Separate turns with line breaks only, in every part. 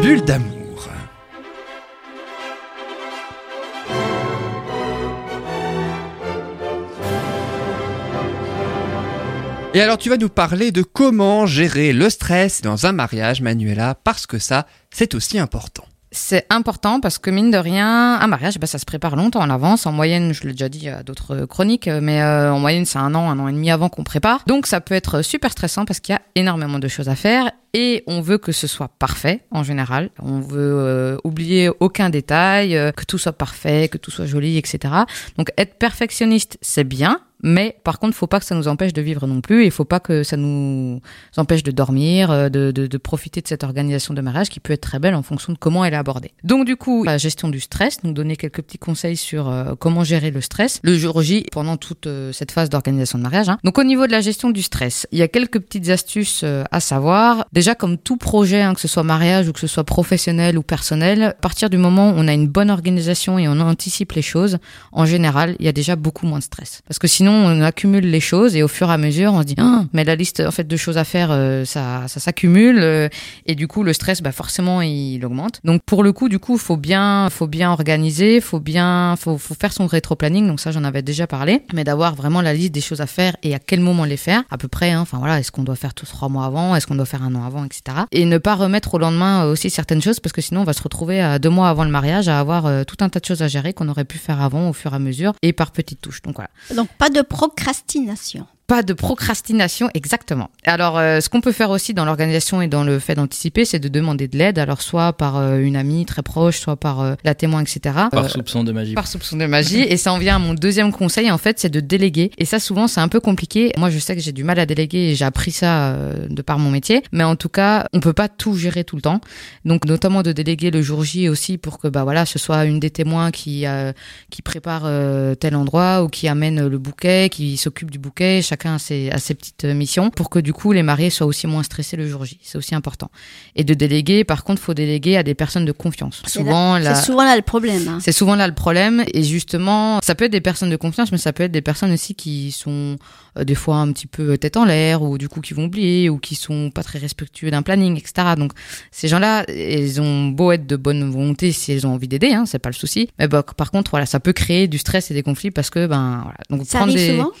Bulle d'amour. Et alors tu vas nous parler de comment gérer le stress dans un mariage, Manuela, parce que ça, c'est aussi important.
C'est important parce que mine de rien, un mariage, bah, ça se prépare longtemps en avance. En moyenne, je l'ai déjà dit à d'autres chroniques, mais euh, en moyenne, c'est un an, un an et demi avant qu'on prépare. Donc ça peut être super stressant parce qu'il y a énormément de choses à faire et on veut que ce soit parfait en général. On veut euh, oublier aucun détail, euh, que tout soit parfait, que tout soit joli, etc. Donc être perfectionniste, c'est bien, mais par contre, faut pas que ça nous empêche de vivre non plus, et faut pas que ça nous empêche de dormir, euh, de, de- de profiter de cette organisation de mariage qui peut être très belle en fonction de comment elle est abordée. Donc du coup, la gestion du stress, nous donner quelques petits conseils sur euh, comment gérer le stress le jour J pendant toute euh, cette phase d'organisation de mariage. hein. Donc au niveau de la gestion du stress, il y a quelques petites astuces euh, à savoir. Déjà, comme tout projet, hein, que ce soit mariage ou que ce soit professionnel ou personnel, à partir du moment où on a une bonne organisation et on anticipe les choses, en général, il y a déjà beaucoup moins de stress. Parce que sinon, on accumule les choses et au fur et à mesure, on se dit, Ah, mais la liste en fait de choses à faire, euh, ça, ça s'accumule euh, et du coup, le stress, bah forcément, il augmente. Donc pour le coup, du coup, faut bien, faut bien organiser, faut bien, faut, faut faire son rétro-planning. Donc ça, j'en avais déjà parlé, mais d'avoir vraiment la liste des choses à faire et à quel moment les faire, à peu près. hein. Enfin voilà, est-ce qu'on doit faire tous trois mois avant, est-ce qu'on doit faire un an avant, etc. Et ne pas remettre au lendemain euh, aussi certaines choses parce que sinon, on va se retrouver à deux mois avant le mariage à avoir euh, tout un tas de choses à gérer qu'on aurait pu faire avant au fur et à mesure et par petites touches. Donc voilà
Donc pas de procrastination.
pas de procrastination exactement. Alors euh, ce qu'on peut faire aussi dans l'organisation et dans le fait d'anticiper, c'est de demander de l'aide, alors soit par euh, une amie très proche, soit par euh, la témoin, etc. Euh,
Par soupçon de magie.
par soupçon de magie. Et ça en vient à mon deuxième conseil, en fait, c'est de déléguer. Et ça, souvent, c'est un peu compliqué. Moi, je sais que j'ai du mal à déléguer et j'ai appris ça euh, de par mon métier. Mais en tout cas, on peut pas tout gérer tout le temps. Donc, notamment de déléguer le jour J aussi pour que, bah voilà, ce soit une des témoins qui, euh, qui prépare euh, tel endroit ou qui amène le bouquet, qui s'occupe du bouquet. Chacun a ses, a ses petites euh, missions pour que, du coup, les mariés soient aussi moins stressés le jour J. C'est aussi important. Et de déléguer, par contre, faut déléguer à des personnes de confiance.
C'est là-
Souvent, la...
C'est souvent là le problème. hein.
C'est souvent là le problème. Et justement, ça peut être des personnes de confiance, mais ça peut être des personnes aussi qui sont euh, des fois un petit peu tête en l'air, ou du coup qui vont oublier, ou qui sont pas très respectueux d'un planning, etc. Donc ces gens-là, ils ont beau être de bonne volonté si ils ont envie d'aider, hein, c'est pas le souci. Mais bah, par contre, voilà, ça peut créer du stress et des conflits parce que ben voilà. Donc
Ça
prendre
arrive
des-
souvent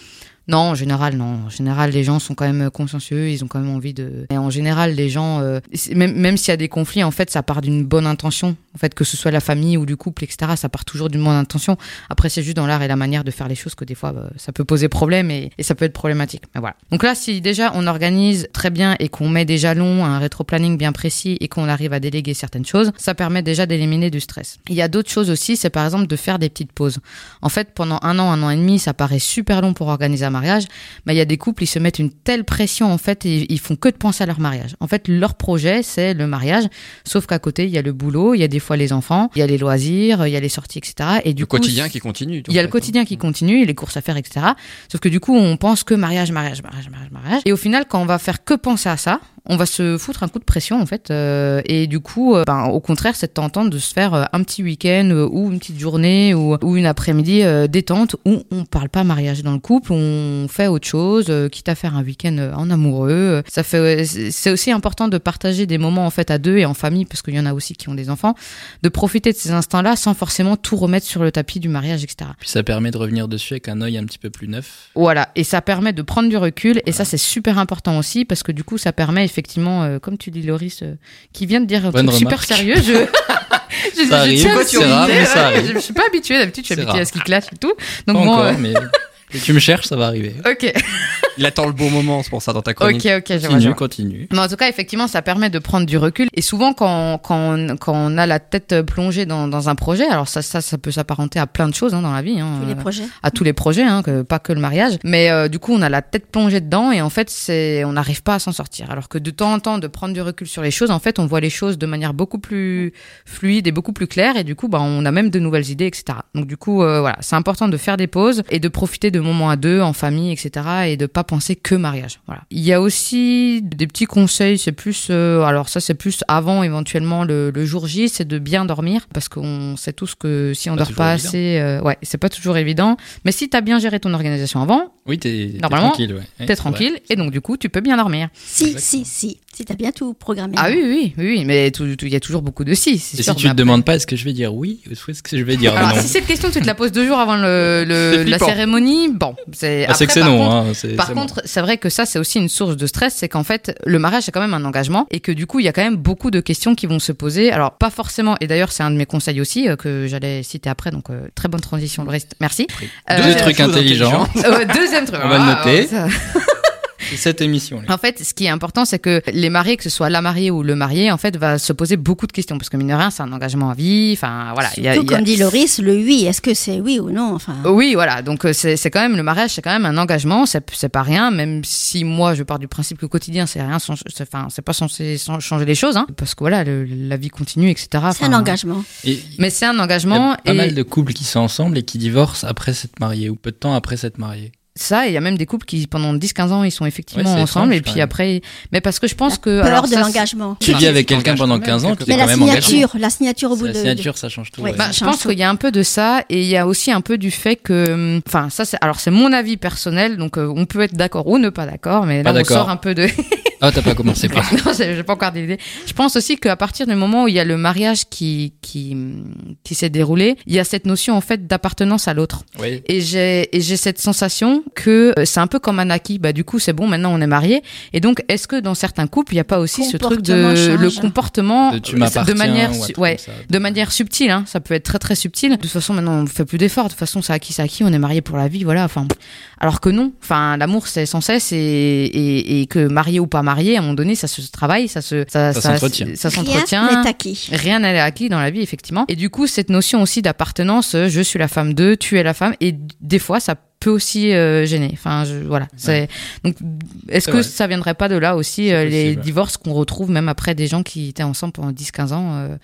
non, en général, non. En général, les gens sont quand même euh, consciencieux, ils ont quand même envie de. Et en général, les gens, euh, c'est- même, même s'il y a des conflits, en fait, ça part d'une bonne intention. En fait, que ce soit la famille ou du couple, etc., ça part toujours d'une bonne intention. Après, c'est juste dans l'art et la manière de faire les choses que des fois, bah, ça peut poser problème et, et ça peut être problématique. Mais voilà. Donc là, si déjà on organise très bien et qu'on met des jalons, un rétro-planning bien précis et qu'on arrive à déléguer certaines choses, ça permet déjà d'éliminer du stress. Il y a d'autres choses aussi, c'est par exemple de faire des petites pauses. En fait, pendant un an, un an et demi, ça paraît super long pour organiser un mariage, mais il y a des couples, ils se mettent une telle pression, en fait, et ils font que de penser à leur mariage. En fait, leur projet, c'est le mariage, sauf qu'à côté, il y a le boulot, il y a des fois les enfants, il y a les loisirs, il y a les sorties, etc. Et du
le
coup,
quotidien qui continue.
il y a le quotidien
Mm.
qui continue, les courses à faire, etc. Sauf que du coup, on pense que mariage, mariage, mariage, mariage, mariage. Et au final, quand on va faire que penser à ça, on va se foutre un coup de pression, en fait. Euh, et du coup, euh, ben, au contraire, c'est tentant de se faire euh, un petit week-end euh, ou une petite journée ou, ou une après-midi euh, détente où on parle pas mariage dans le couple, on fait autre chose, euh, quitte à faire un week-end euh, en amoureux. Euh, Ça fait, euh, c'est c'est aussi important de partager des moments, en fait, à deux et en famille, parce qu'il y en a aussi qui ont des enfants, de profiter de ces instants-là sans forcément tout remettre sur le tapis du mariage, etc.
Puis ça permet de revenir dessus avec un œil un petit peu plus neuf.
Voilà, et ça permet de prendre du recul, et ça c'est super important aussi, parce que du coup ça permet effectivement, euh, comme tu dis Loris, euh, qui vient de dire un
Bonne
truc super
remarque.
sérieux, je... je- je,
Ça arrive,
tiens à
c'est
le
rare, mais
souligner,
ça
ouais,
arrive.
Je, je suis pas habituée d'habitude, je suis
C'est
habituée à
rare.
ce qui clash et tout. Donc
Pas
bon,
encore, mais tu me cherches, ça va arriver.
euh, ok,
Il attend le bon moment, c'est pour ça, dans ta chronique.
ok, ok, je vois, je
Continue,
vois.
continue.
Mais en tout cas, effectivement, ça permet de prendre du recul. Et souvent, quand, quand, on- quand on a la tête plongée dans, dans un projet, alors ça, ça, ça peut s'apparenter à plein de choses hein, dans la vie. hein.
Tous
Euh,
les projets.
à tous les projets, hein, que, pas que le mariage. Mais euh, du coup, on a la tête plongée dedans et en fait, c'est, on n'arrive pas à s'en sortir. Alors que de temps en temps, de prendre du recul sur les choses, en fait, on voit les choses de manière beaucoup plus fluide et beaucoup plus claire. Et du coup, bah, on a même de nouvelles idées, etc. Donc du coup, euh, voilà, c'est important de faire des pauses et de profiter de moments à deux, en famille, etc. Et de pas pas penser que mariage. Voilà. Il y a aussi des petits conseils, c'est plus, euh, alors ça c'est plus avant éventuellement le, le jour J, c'est de bien dormir parce qu'on sait tous que si on
Pas
dort
toujours
pas
évident.
assez, euh, ouais, c'est pas toujours évident. Mais si t'as bien géré ton organisation avant,
Oui, t'es t'es
Normalement,
tranquille. Ouais. Ouais,
t'es
c'est
tranquille et donc du coup tu peux bien dormir.
Si,
Exactement.
si, si. Si t'as bien tout programmé.
Ah oui, oui, oui, oui, mais tout- tout- il y a toujours beaucoup de si. c'est
vrai. Et
sûr,
si tu
mais
te
après-
demandes pas, est-ce que je vais dire oui ou est-ce que je vais dire
Alors,
non
si cette question, tu te la poses deux jours avant le, le-
C'est
la
flippant.
cérémonie, bon, c'est.
Ah,
après,
C'est que c'est
par
non.
contre,
hein, c'est-
Par
c'est bon.
contre, c'est vrai que ça, c'est aussi une source de stress, c'est qu'en fait, le mariage, c'est quand même un engagement et que du coup, il y a quand même beaucoup de questions qui vont se poser. Alors, pas forcément, et d'ailleurs, c'est un de mes conseils aussi euh, que j'allais citer après, donc euh, très bonne transition, le reste. Merci.
Deux
Euh,
trucs
chose
intelligents.
euh, deuxième truc.
On va le
Ah,
noter.
ouais, ça-
C'est cette émission. là.
en fait, ce qui est important, c'est que les mariés, que ce soit la mariée ou le marié, en fait, va se poser beaucoup de questions. Parce que mine de rien, c'est un engagement à vie. Enfin, voilà. il y a-
Tout
il y a-
comme dit Loris, le oui, est-ce que c'est oui ou non Enfin,
Oui, voilà. Donc euh, c'est c'est quand même le mariage, c'est quand même un engagement. C'est c'est pas rien, même si moi je pars du principe que quotidien c'est rien. sans- c'est- Enfin, c'est pas censé sans- changer les choses, hein, parce que voilà, le- la vie continue, etc.
c'est
Enfin,
un engagement.
Et
Mais c'est un
il y
engagement
a pas
et
mal de couples qui sont ensemble et qui divorcent après s'être mariés ou peu de temps après s'être mariés.
ça, et il y a même des couples qui pendant 10-15 ans ils sont effectivement
Ouais, c'est
ensemble
étrange,
et
quand
puis
même.
après, mais parce que je pense que
Peur
Euh, alors
de
ça, c'est-
l'engagement.
Tu
Bah,
vis
tu
avec quelqu'un
t'engages
pendant
quand même
15 ans, tu
quelque
es
Mais
quand
la
même engagé.
signature, la signature au bout
La
de.
signature, ça change tout.
Ouais.
ouais.
Bah,
Ça
je
change
pense
tout.
qu'il y a un peu de ça et il y a aussi un peu du fait que, hum, enfin ça, c'est- alors c'est mon avis personnel, donc euh, on peut être d'accord ou ne pas d'accord, mais
Pas
là on
d'accord.
sort un peu de,
Ah, t'as pas commencé par.
non, j'ai j'ai pas encore d'idée. Je pense aussi qu'à partir du moment où il y a le mariage qui qui hum, qui s'est déroulé, il y a cette notion en fait d'appartenance à l'autre.
Oui.
Et j'ai et j'ai cette sensation que euh, c'est un peu comme un acquis. Bah du coup c'est bon, maintenant on est marié. Et donc est-ce que dans certains couples il n'y a pas aussi ce truc de
Comportement change.
le comportement euh,
De tu m'appartiens.
manière
ou un
su-
truc
ouais.
comme ça.
De manière subtile, hein, ça peut être très très subtil. De toute façon, maintenant on fait plus d'efforts. De toute façon, c'est acquis, c'est acquis. On est marié pour la vie, voilà. Enfin, alors que non. Enfin, l'amour c'est sans cesse et, et, et que marié ou pas marié, à un moment donné, ça se travaille, ça se ça,
Ça
ça-
s'entretient.
ça
Rien
s'entretient.
n'est acquis.
Rien n'est acquis dans la vie, effectivement. Et du coup, cette notion aussi d'appartenance, euh, je suis la femme de, tu es la femme, et d- des fois, ça peut aussi euh, gêner. Enfin, je, voilà. C'est donc, est-ce
C'est
que
vrai.
ça viendrait pas de là aussi euh,
C'est
les
possible.
divorces qu'on retrouve même après des gens qui étaient ensemble pendant 10-15 ans, euh,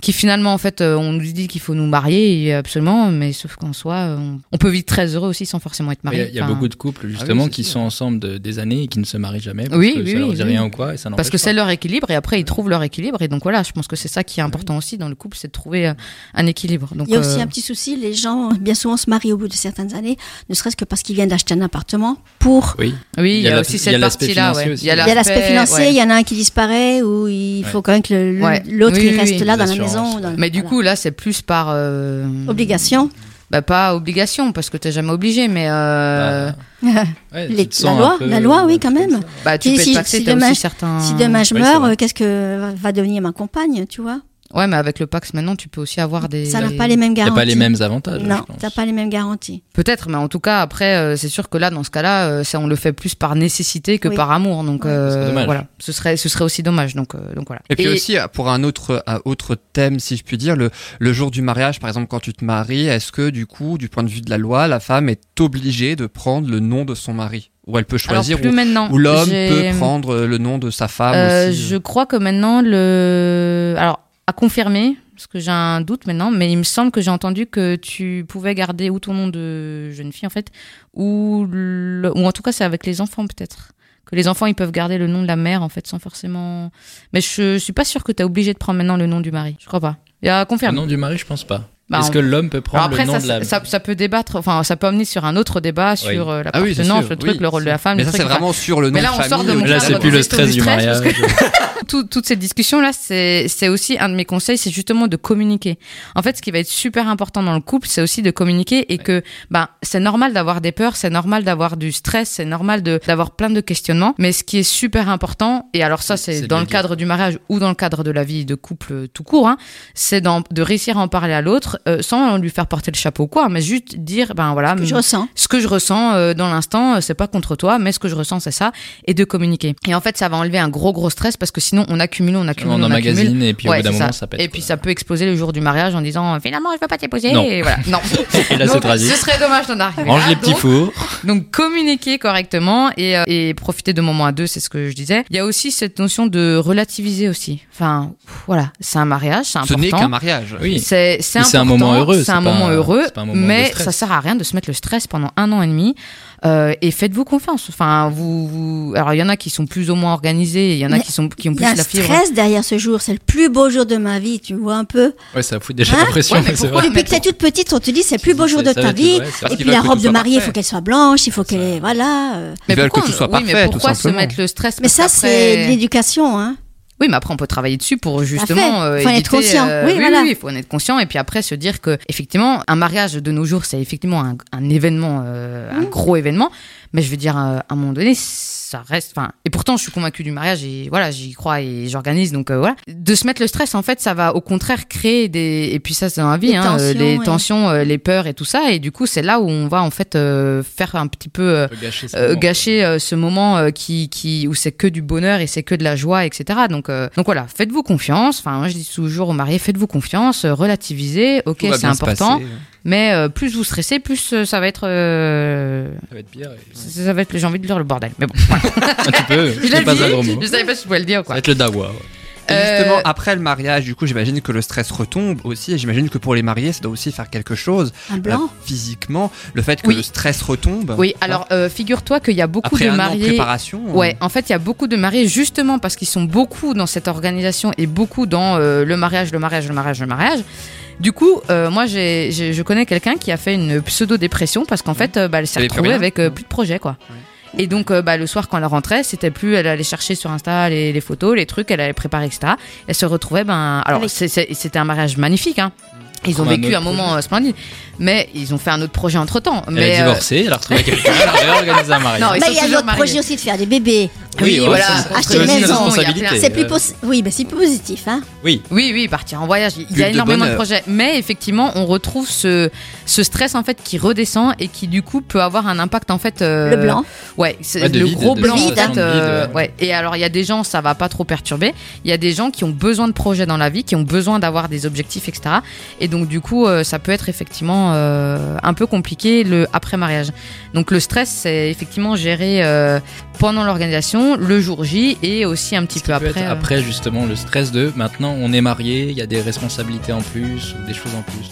qui finalement, en fait, euh, on nous dit qu'il faut nous marier, et absolument, mais sauf qu'en soi, euh, on, on peut vivre très heureux aussi sans forcément être
Il y a-
marié.
il y a
Enfin,
beaucoup de couples justement
c'est
qui
sûr.
sont ensemble de- des années et qui ne se marient jamais parce
Oui,
que
oui,
ça leur
oui,
dit
oui.
rien ou quoi et
Parce
ça
que
n'empêche
c'est
pas.
leur équilibre et après ils trouvent leur équilibre et donc voilà je pense que c'est ça qui est important aussi dans le couple c'est de trouver euh, un équilibre. Donc
Il y a
euh,
aussi un petit souci, les gens, bien souvent, se marient au bout de certaines années, ne serait-ce que parce qu'ils viennent d'acheter un appartement pour.
Oui.
Oui, il y a,
la-
aussi
il y a
cette
l'aspect
partie-là.
financier
ouais.
aussi.
Il y a l'aspect financier,
ouais.
il y en a un qui disparaît, ou il faut quand même que le-
Ouais.
l'autre
Oui,
il
oui,
reste
oui.
là dans
Les
la
assurances,
maison. ou dans-
Mais du
voilà.
coup, là, c'est plus par. euh,
Obligation.
Bah, pas obligation, parce que t'es jamais obligé, mais. euh, Bah,
Ouais,
Les-
tu te
la
sens un
loi,
peu-
la loi, oui, quand
comme
même.
ça.
tu
Si-
peux
si-
être taxé,
si
t'as
demain-
aussi certains.
Si demain je
Oui, c'est
meurs,
vrai.
euh, qu'est-ce que va- va devenir ma compagne, tu vois
Ouais, mais avec le Pax maintenant, tu peux aussi avoir des. euh,
Ça n'a pas les mêmes
Il n'y a
garanties.
pas les mêmes avantages. je
Non,
pense.
t'as pas les mêmes garanties.
Peut-être, mais en tout cas, après, euh, c'est sûr que là, dans ce cas-là, euh, ça, on le fait plus par nécessité que
Oui.
par amour. Donc,
Ouais.
euh,
Ce serait dommage.
voilà. Ce serait, ce serait aussi dommage. Donc, euh, donc voilà.
Et puis aussi, pour un autre, euh, un autre thème, si je puis dire, le, le jour du mariage, par exemple, quand tu te maries, est-ce que du coup, du point de vue de la loi, la femme est obligée de prendre le nom de son mari Ou elle peut
alors,
choisir,
plus
ou,
maintenant.
ou l'homme
j'ai- hum,
peut prendre le nom de sa femme
Euh,
Ah, aussi
Je crois que maintenant, le. Alors, à confirmer, parce que j'ai un doute maintenant, mais il me semble que j'ai entendu que tu pouvais garder ou ton nom de euh, jeune fille, en fait, ou, le- ou en tout cas, c'est avec les enfants, peut-être. Que les enfants, ils peuvent garder le nom de la mère, en fait, sans forcément. Mais je, je suis pas sûre que tu es obligé de prendre maintenant le nom du mari. Je crois pas. Il y a à
Le
confirmer.
nom du mari, je pense pas.
Bah,
Est-ce
on-
que l'homme peut
Alors
prendre
après,
le nom
ça,
de la
ça, ça peut débattre, enfin, ça peut amener sur un autre débat sur
Oui.
euh,
Ah oui, c'est
l'appartenance,
sûr,
le truc,
oui,
le rôle de la femme.
Mais
le
ça,
truc,
c'est
enfin,
vraiment sur le nom
Mais là,
de
on
famille. euh,
sort de mon
au-delà la
Là, c'est plus
loi.
le
gestion
stress
du
du
stress, parce
mariage.
tout- toute cette discussion là, c'est c'est aussi un de mes conseils, c'est justement de communiquer. En fait, ce qui va être super important dans le couple, c'est aussi de communiquer et que ben c'est normal d'avoir des peurs, c'est normal d'avoir du stress, c'est normal de d'avoir plein de questionnements. Mais ce qui est super important, et alors ça
C'est
c'est
de
dans
le
le
dire.
cadre du mariage ou dans le cadre de la vie de couple euh, tout court, hein, c'est d'en- de réussir à en parler à l'autre euh, sans lui faire porter le chapeau ou quoi, mais juste dire ben voilà.
Que je
hum,
ressens.
ce que je ressens euh, dans l'instant, euh, c'est pas contre toi, mais ce que je ressens, c'est ça, et de communiquer. Et en fait, ça va enlever un gros, gros stress parce que sinon, on accumule, on accumule,
On
on accumule.
emmagasine et puis au
Ouais,
bout d'un
c'est
moment, ça pète.
et
quoi.
puis ça peut exploser le jour du mariage en disant euh, finalement je veux pas t'épouser
Non.
et voilà non
Et là, c'est
Donc,
tragique.
ce serait dommage d'en arriver
Range
là.
les petits
donc,
fours.
donc communiquer correctement et, euh, et profiter de moments à deux c'est ce que je disais il y a aussi cette notion de relativiser aussi enfin voilà c'est un mariage c'est
Ce n'est qu'un
important
mariage.
Oui.
c'est c'est
Mais C'est
important,
un moment heureux,
C'est
c'est
un
pas
moment
un-
heureux,
c'est pas un moment de
mais
stress.
ça sert à rien de se mettre le stress pendant un an et demi. Euh, et faites-vous confiance. Enfin, vous, vous- alors il y en a qui sont plus ou moins organisés, il y en a
Mais
qui sont qui ont
Il
plus
y a un
la fibre.
stress derrière ce jour. C'est le plus beau jour de ma vie, tu vois un peu.
Ouais, ça fout déjà
Hein
la pression,
Ouais, mais
c'est
pourquoi
vrai.
Ouais, Ah, mais
Depuis que t'es toute petite, on te dit c'est le plus beau jour de
Ça
ta
va être-
vie.
ouais, c'est vrai.
Et puis
qu'ils veulent
la
que
robe
tout
de
soit
mariée, il faut
parfait.
qu'elle soit blanche, il faut
Ça-
qu'elle ait- voilà. euh.
Ils veulent que
pourquoi,
tout soit
oui, mais
parfait, tout
pourquoi se
simplement.
mettre le stress
Mais ça,
Parce
c'est
qu'après-
l'éducation, hein.
Oui, mais après, on peut travailler dessus pour justement.
fait.
euh,
Faut en être
éviter,
conscient.
euh,
Oui,
oui,
voilà.
oui, il faut en être conscient. Et puis après, se dire que, effectivement, un mariage de nos jours, c'est effectivement un, un événement, euh,
Mmh.
un gros événement. Mais je veux dire, euh, à un moment donné, ça reste. Enfin, et pourtant, je suis convaincue du mariage et voilà, j'y crois et j'organise. Donc euh, voilà. De se mettre le stress, en fait, ça va au contraire créer des. Et puis ça, c'est dans la vie,
Des
hein, euh,
tensions,
les
oui.
tensions, euh, les peurs et tout ça. Et du coup, c'est là où on va, en fait, euh, faire un petit peu. euh,
Faut gâcher ce
euh,
moment.
gâcher euh, ce moment euh, qui, qui, où c'est que du bonheur et c'est que de la joie, etc. Donc, euh, donc voilà, faites-vous confiance. Enfin, moi, je dis toujours aux mariés, faites-vous confiance, euh, relativisez. Ok,
Tout va
c'est
bien se
important,
passer.
mais euh, plus vous stressez, plus euh, ça va être, euh,
Ça va être pire. et-
ça va être, j'ai envie de dire le bordel. Mais bon,
Un petit peu,
je
c'est
l'ai
pas un gros
dit.
mot.
Je savais pas si je pouvais le dire
Ça
quoi.
va être le dawa. ouais.
Et justement,
Euh,
après le mariage, du coup, j'imagine que le stress retombe aussi. Et j'imagine que pour les mariés, ça doit aussi faire quelque chose
Un
euh,
blanc.
physiquement. Le fait que
Oui.
le stress retombe.
Oui, alors euh, figure-toi qu'il y a beaucoup
après
de
un an de
mariés.
préparation. euh,
Hein.
Ouais, en fait, il y a beaucoup de mariés justement parce qu'ils sont beaucoup dans cette organisation et beaucoup dans euh, le mariage, le mariage, le mariage, le mariage. Du coup, euh, moi, j'ai, j'ai- je connais quelqu'un qui a fait une pseudo-dépression parce qu'en fait, euh, bah, elle s'est
Elle est plus
retrouvée
rien.
avec euh, plus de projets, quoi. Et donc, euh, bah, le soir, quand elle rentrait, c'était plus, elle allait chercher sur Insta les, les photos, les trucs, elle allait préparer, etc. Elle se retrouvait, ben, alors,
Avec-
c'est- c'est- c'était un mariage magnifique, hein. Ils ont
Comme Mmh. un
vécu
autre
un moment euh, splendide, mais ils ont fait un autre projet entre temps.
Elle
Mais
a
euh,
divorcé, elle a retrouvé quelqu'un, elle a réorganisé un mariage.
Non,
Bah,
ils
Il
sont
y a
toujours
l'autre
mariés.
projet aussi de faire des bébés.
oui,
ouais,
voilà, Ah,
ça, c'est-
acheter
c'est
une maison,
aussi
il y a plein-
responsabilité.
C'est plus
Euh,
possi- Oui, bah, c'est positif, hein.
Oui,
Oui, oui, partir en voyage. Il y
Bulle
a
de
énormément de,
bonheur.
projets. Mais effectivement, on retrouve ce, ce stress en fait qui redescend et qui du coup peut avoir un impact en fait. euh,
Le blanc.
Ouais, c'est
Ouais, de
le
vide,
gros
de
blanc.
sensation
en fait,
de
euh,
vide,
ouais. Et alors, il y a des gens, ça va pas trop perturber. Il y a des gens qui ont besoin de projets dans la vie, qui ont besoin d'avoir des objectifs, etc. Et donc, du coup, euh, ça peut être effectivement euh, un peu compliqué le après mariage. Donc, le stress, c'est effectivement géré euh, pendant l'organisation, le jour J et aussi un petit
Ça
peu
peut
après.
être
euh.
après justement le stress de maintenant on est marié, il y a des responsabilités en plus, ou des choses en plus.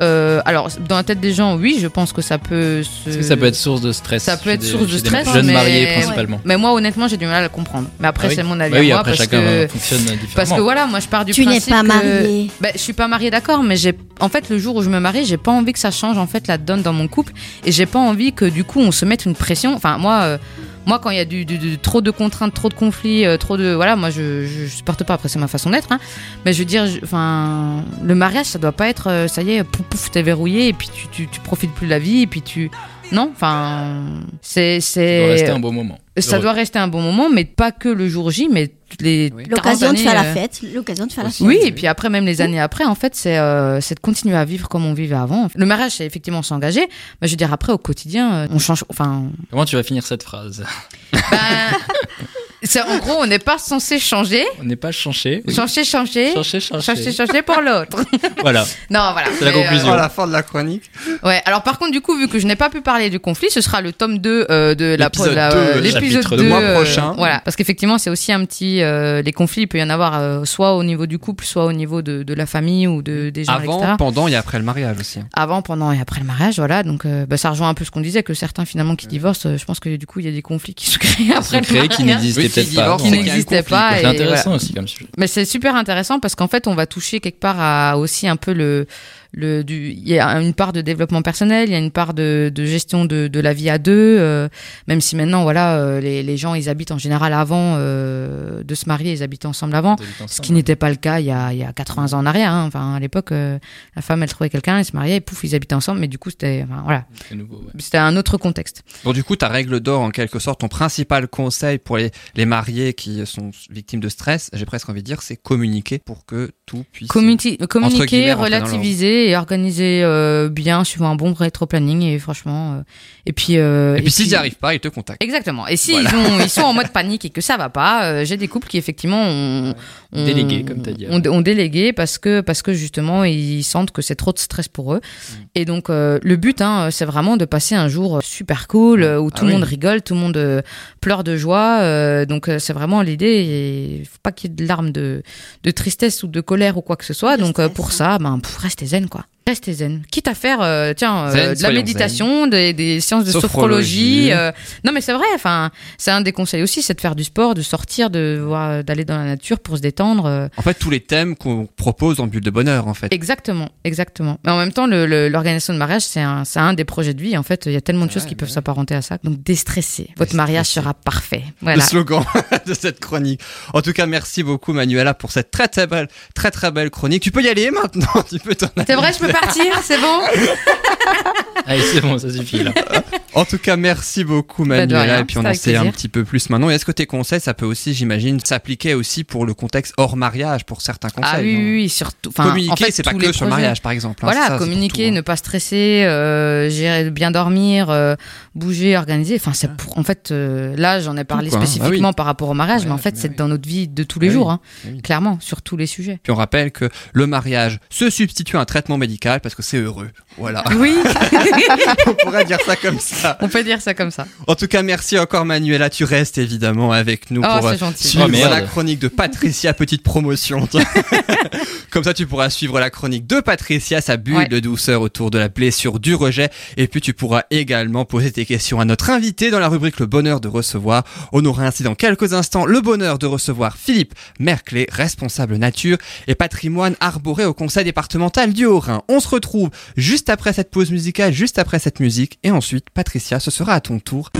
Euh, alors, dans la tête des gens, oui, je pense que ça peut se.
Est-ce que ça peut être source de stress
Euh, ça peut
chez
être
des-
source de
chez des
stress,
jeunes
mais-
mariés
ouais.
principalement.
Mais moi, honnêtement, j'ai du mal à le comprendre. Mais après,
Ah oui.
c'est mon avis
Bah
à
oui,
moi.
après
parce
chacun
que...
fonctionne différemment.
Parce que voilà, moi je pars du
Tu n'es
principe
pas
que-
marié.
Bah, je suis pas mariée, d'accord, mais j'ai en fait le jour où je me marie, j'ai pas envie que ça change en fait la donne dans mon couple et j'ai pas envie que du coup on se mette une pression. Enfin moi, euh, moi quand il y a du, du- du- trop de contraintes, trop de conflits, euh, trop de voilà, moi je, je, je supporte pas. Après c'est ma façon d'être, hein. mais je veux dire, je- enfin le mariage ça doit pas être euh, ça y est, pouf pouf t'es verrouillé et puis tu, tu, tu profites plus de la vie et puis tu non, enfin c'est
ça
c'est
doit rester un beau moment.
euh, ça
Heureux.
doit rester un bon moment, mais pas que le jour J, mais toutes les 40
L'occasion de faire
années,
la
euh,
fête. L'occasion de faire la fête.
oui, et puis après, même les années après, en fait, c'est euh, c'est de continuer à vivre comme on vivait avant. Le mariage, c'est effectivement s'engager, mais je veux dire, après, au quotidien, euh, on change. Enfin.
Comment tu vas finir cette phrase
ben, c'est- en gros, on n'est pas censé changer,
On n'est pas chanché.
changer, changer,
Chanché,
changer,
chanché.
changer pour l'autre.
Voilà.
non, voilà.
C'est la
Mais, euh,
conclusion.
À la fin de la chronique.
ouais, alors par contre, du coup, vu que je n'ai pas pu parler du conflit, ce sera le tome 2 euh, de la
L'épisode
la-
2,
euh, l'épisode
chapitre
2
deux,
mois
euh,
prochain.
voilà, parce qu'effectivement, c'est aussi un petit. euh, les conflits, il peut y en avoir euh, soit au niveau du couple, soit au niveau de, de la famille ou de, des gens etc.
Avant, pendant et après le mariage aussi.
avant, pendant et après le mariage, voilà. Donc, euh, bah, ça rejoint un peu ce qu'on disait que certains finalement qui divorcent, euh, je pense que du coup il y a des conflits qui se créent
Ils sont
après le
créés
mariage.
qui n'existaient
Oui,
peut-être
qui
pas.
divorcent,
avant.
qui
c'est
n'existaient
qu'il y a un
pas.
C'est
et
intéressant
voilà.
aussi comme sujet.
Mais c'est super intéressant parce qu'en fait on va toucher quelque part à aussi un peu le le du il y a une part de développement personnel, il y a une part de, de gestion de, de la vie à deux. euh, même si maintenant voilà euh, les, les gens ils habitent en général avant euh, de se marier, ils habitent ensemble avant. Ce qui n'était pas le cas il y a, il y a 80 ans en arrière. hein. Enfin, à l'époque, euh, la femme, elle trouvait quelqu'un, elle se mariait, et pouf, ils habitaient ensemble. Mais du coup, c'était enfin, voilà,
C'est nouveau. ouais.
c'était un autre contexte.
Bon, du coup, ta règle d'or, en quelque sorte, ton principal conseil pour les, les mariés qui sont victimes de stress, j'ai presque envie de dire, c'est communiquer pour que tout puisse.
Communiquer,
guillemets,
communiquer
rentrer dans
relativiser organisé et organisé euh, bien suivant un bon rétro-planning et franchement. euh, et puis. euh,
Et, puis s'ils n'y arrivent pas, ils te contactent.
Exactement. Et si ils, ont- ils sont en mode panique et que ça va pas, euh, j'ai des couples qui effectivement ont, ont-
Délégué, comme t'as dit avant.
ont, ont délégué parce que parce que justement ils sentent que c'est trop de stress pour eux. Et donc euh, le but, hein, c'est vraiment de passer un jour super cool euh, où
Ah
tout le
oui.
monde rigole, tout le monde euh, pleure de joie. euh, donc euh, c'est vraiment l'idée. et Il faut pas qu'il y ait de larmes de de tristesse ou de colère ou quoi que ce soit.
De
donc euh,
stress,
pour
hein.
ça, ben pff, restez zen quoi. Restez zen. Quitte à faire euh, tiens euh,
Zen,
de la
soyons
méditation, des, des séances de
Sophrologie.
sophrologie. euh, non mais c'est vrai, enfin, c'est un des conseils aussi, c'est de faire du sport, de sortir, de voir, euh, d'aller dans la nature pour se détendre. euh.
En fait, tous les thèmes qu'on propose en bulle de bonheur, en fait.
Exactement, exactement. Mais en même temps, le- le- l'organisation de mariage, c'est un, c'est un des projets de vie. En fait, il y a tellement de
Ah
choses
ouais,
qui
bah
peuvent
ouais.
s'apparenter à ça. Donc déstresser, votre mariage
Déstresser.
sera parfait. Voilà.
Le slogan de cette chronique. En tout cas, merci beaucoup Manuela pour cette très très belle, très très belle chronique. Tu peux y aller maintenant. Tu peux t'en aller.
C'est vrai, je peux partir, c'est bon.
Allez, c'est bon, ça suffit là.
En tout cas, merci beaucoup
Bah, de
Manuela.
rien,
et puis on
c'était
en
avec
sait un
plaisir.
petit peu plus maintenant. Et est-ce que tes conseils, ça peut aussi, j'imagine, s'appliquer aussi pour le contexte hors mariage, pour certains conseils
Ah oui,
hein.
oui, oui, surtout. Enfin,
communiquer,
en fait,
c'est pas
tous
que
les
sur le
projets.
mariage, par exemple. hein, c'est
Voilà,
ça, c'est pour
communiquer,
tout, hein.
ne pas stresser, euh, gérer, bien dormir, euh, bouger, organiser. Enfin, c'est pour- en fait, euh, là, j'en ai parlé
quoi, hein. Bah
spécifiquement par rapport au mariage, mais en
Mariage,
fait,
mais
c'est
oui.
dans notre vie de tous les
Mais
jours,
oui,
hein.
mais oui.
clairement, sur tous les sujets.
Puis on rappelle que le mariage se substitue à un traitement médical parce que c'est heureux. Voilà,
Oui,
on pourrait dire ça comme ça.
on peut dire ça comme ça.
En tout cas, merci encore Manuela, tu restes évidemment avec nous
Oh,
pour euh,
c'est gentil.
suivre
Oh, merde.
la chronique de Patricia, petite promotion. tiens. Comme ça, tu pourras suivre la chronique de Patricia, sa bulle
Ouais.
de douceur autour de la blessure du rejet. Et puis, tu pourras également poser tes questions à notre invité dans la rubrique Le bonheur de recevoir. On aura ainsi dans quelques instants le bonheur de recevoir Philippe Merclé, responsable nature et patrimoine arboré au conseil départemental du Haut-Rhin. On se retrouve juste après cette pause musicale, juste après cette musique. Et ensuite, Patricia, ce sera à ton tour.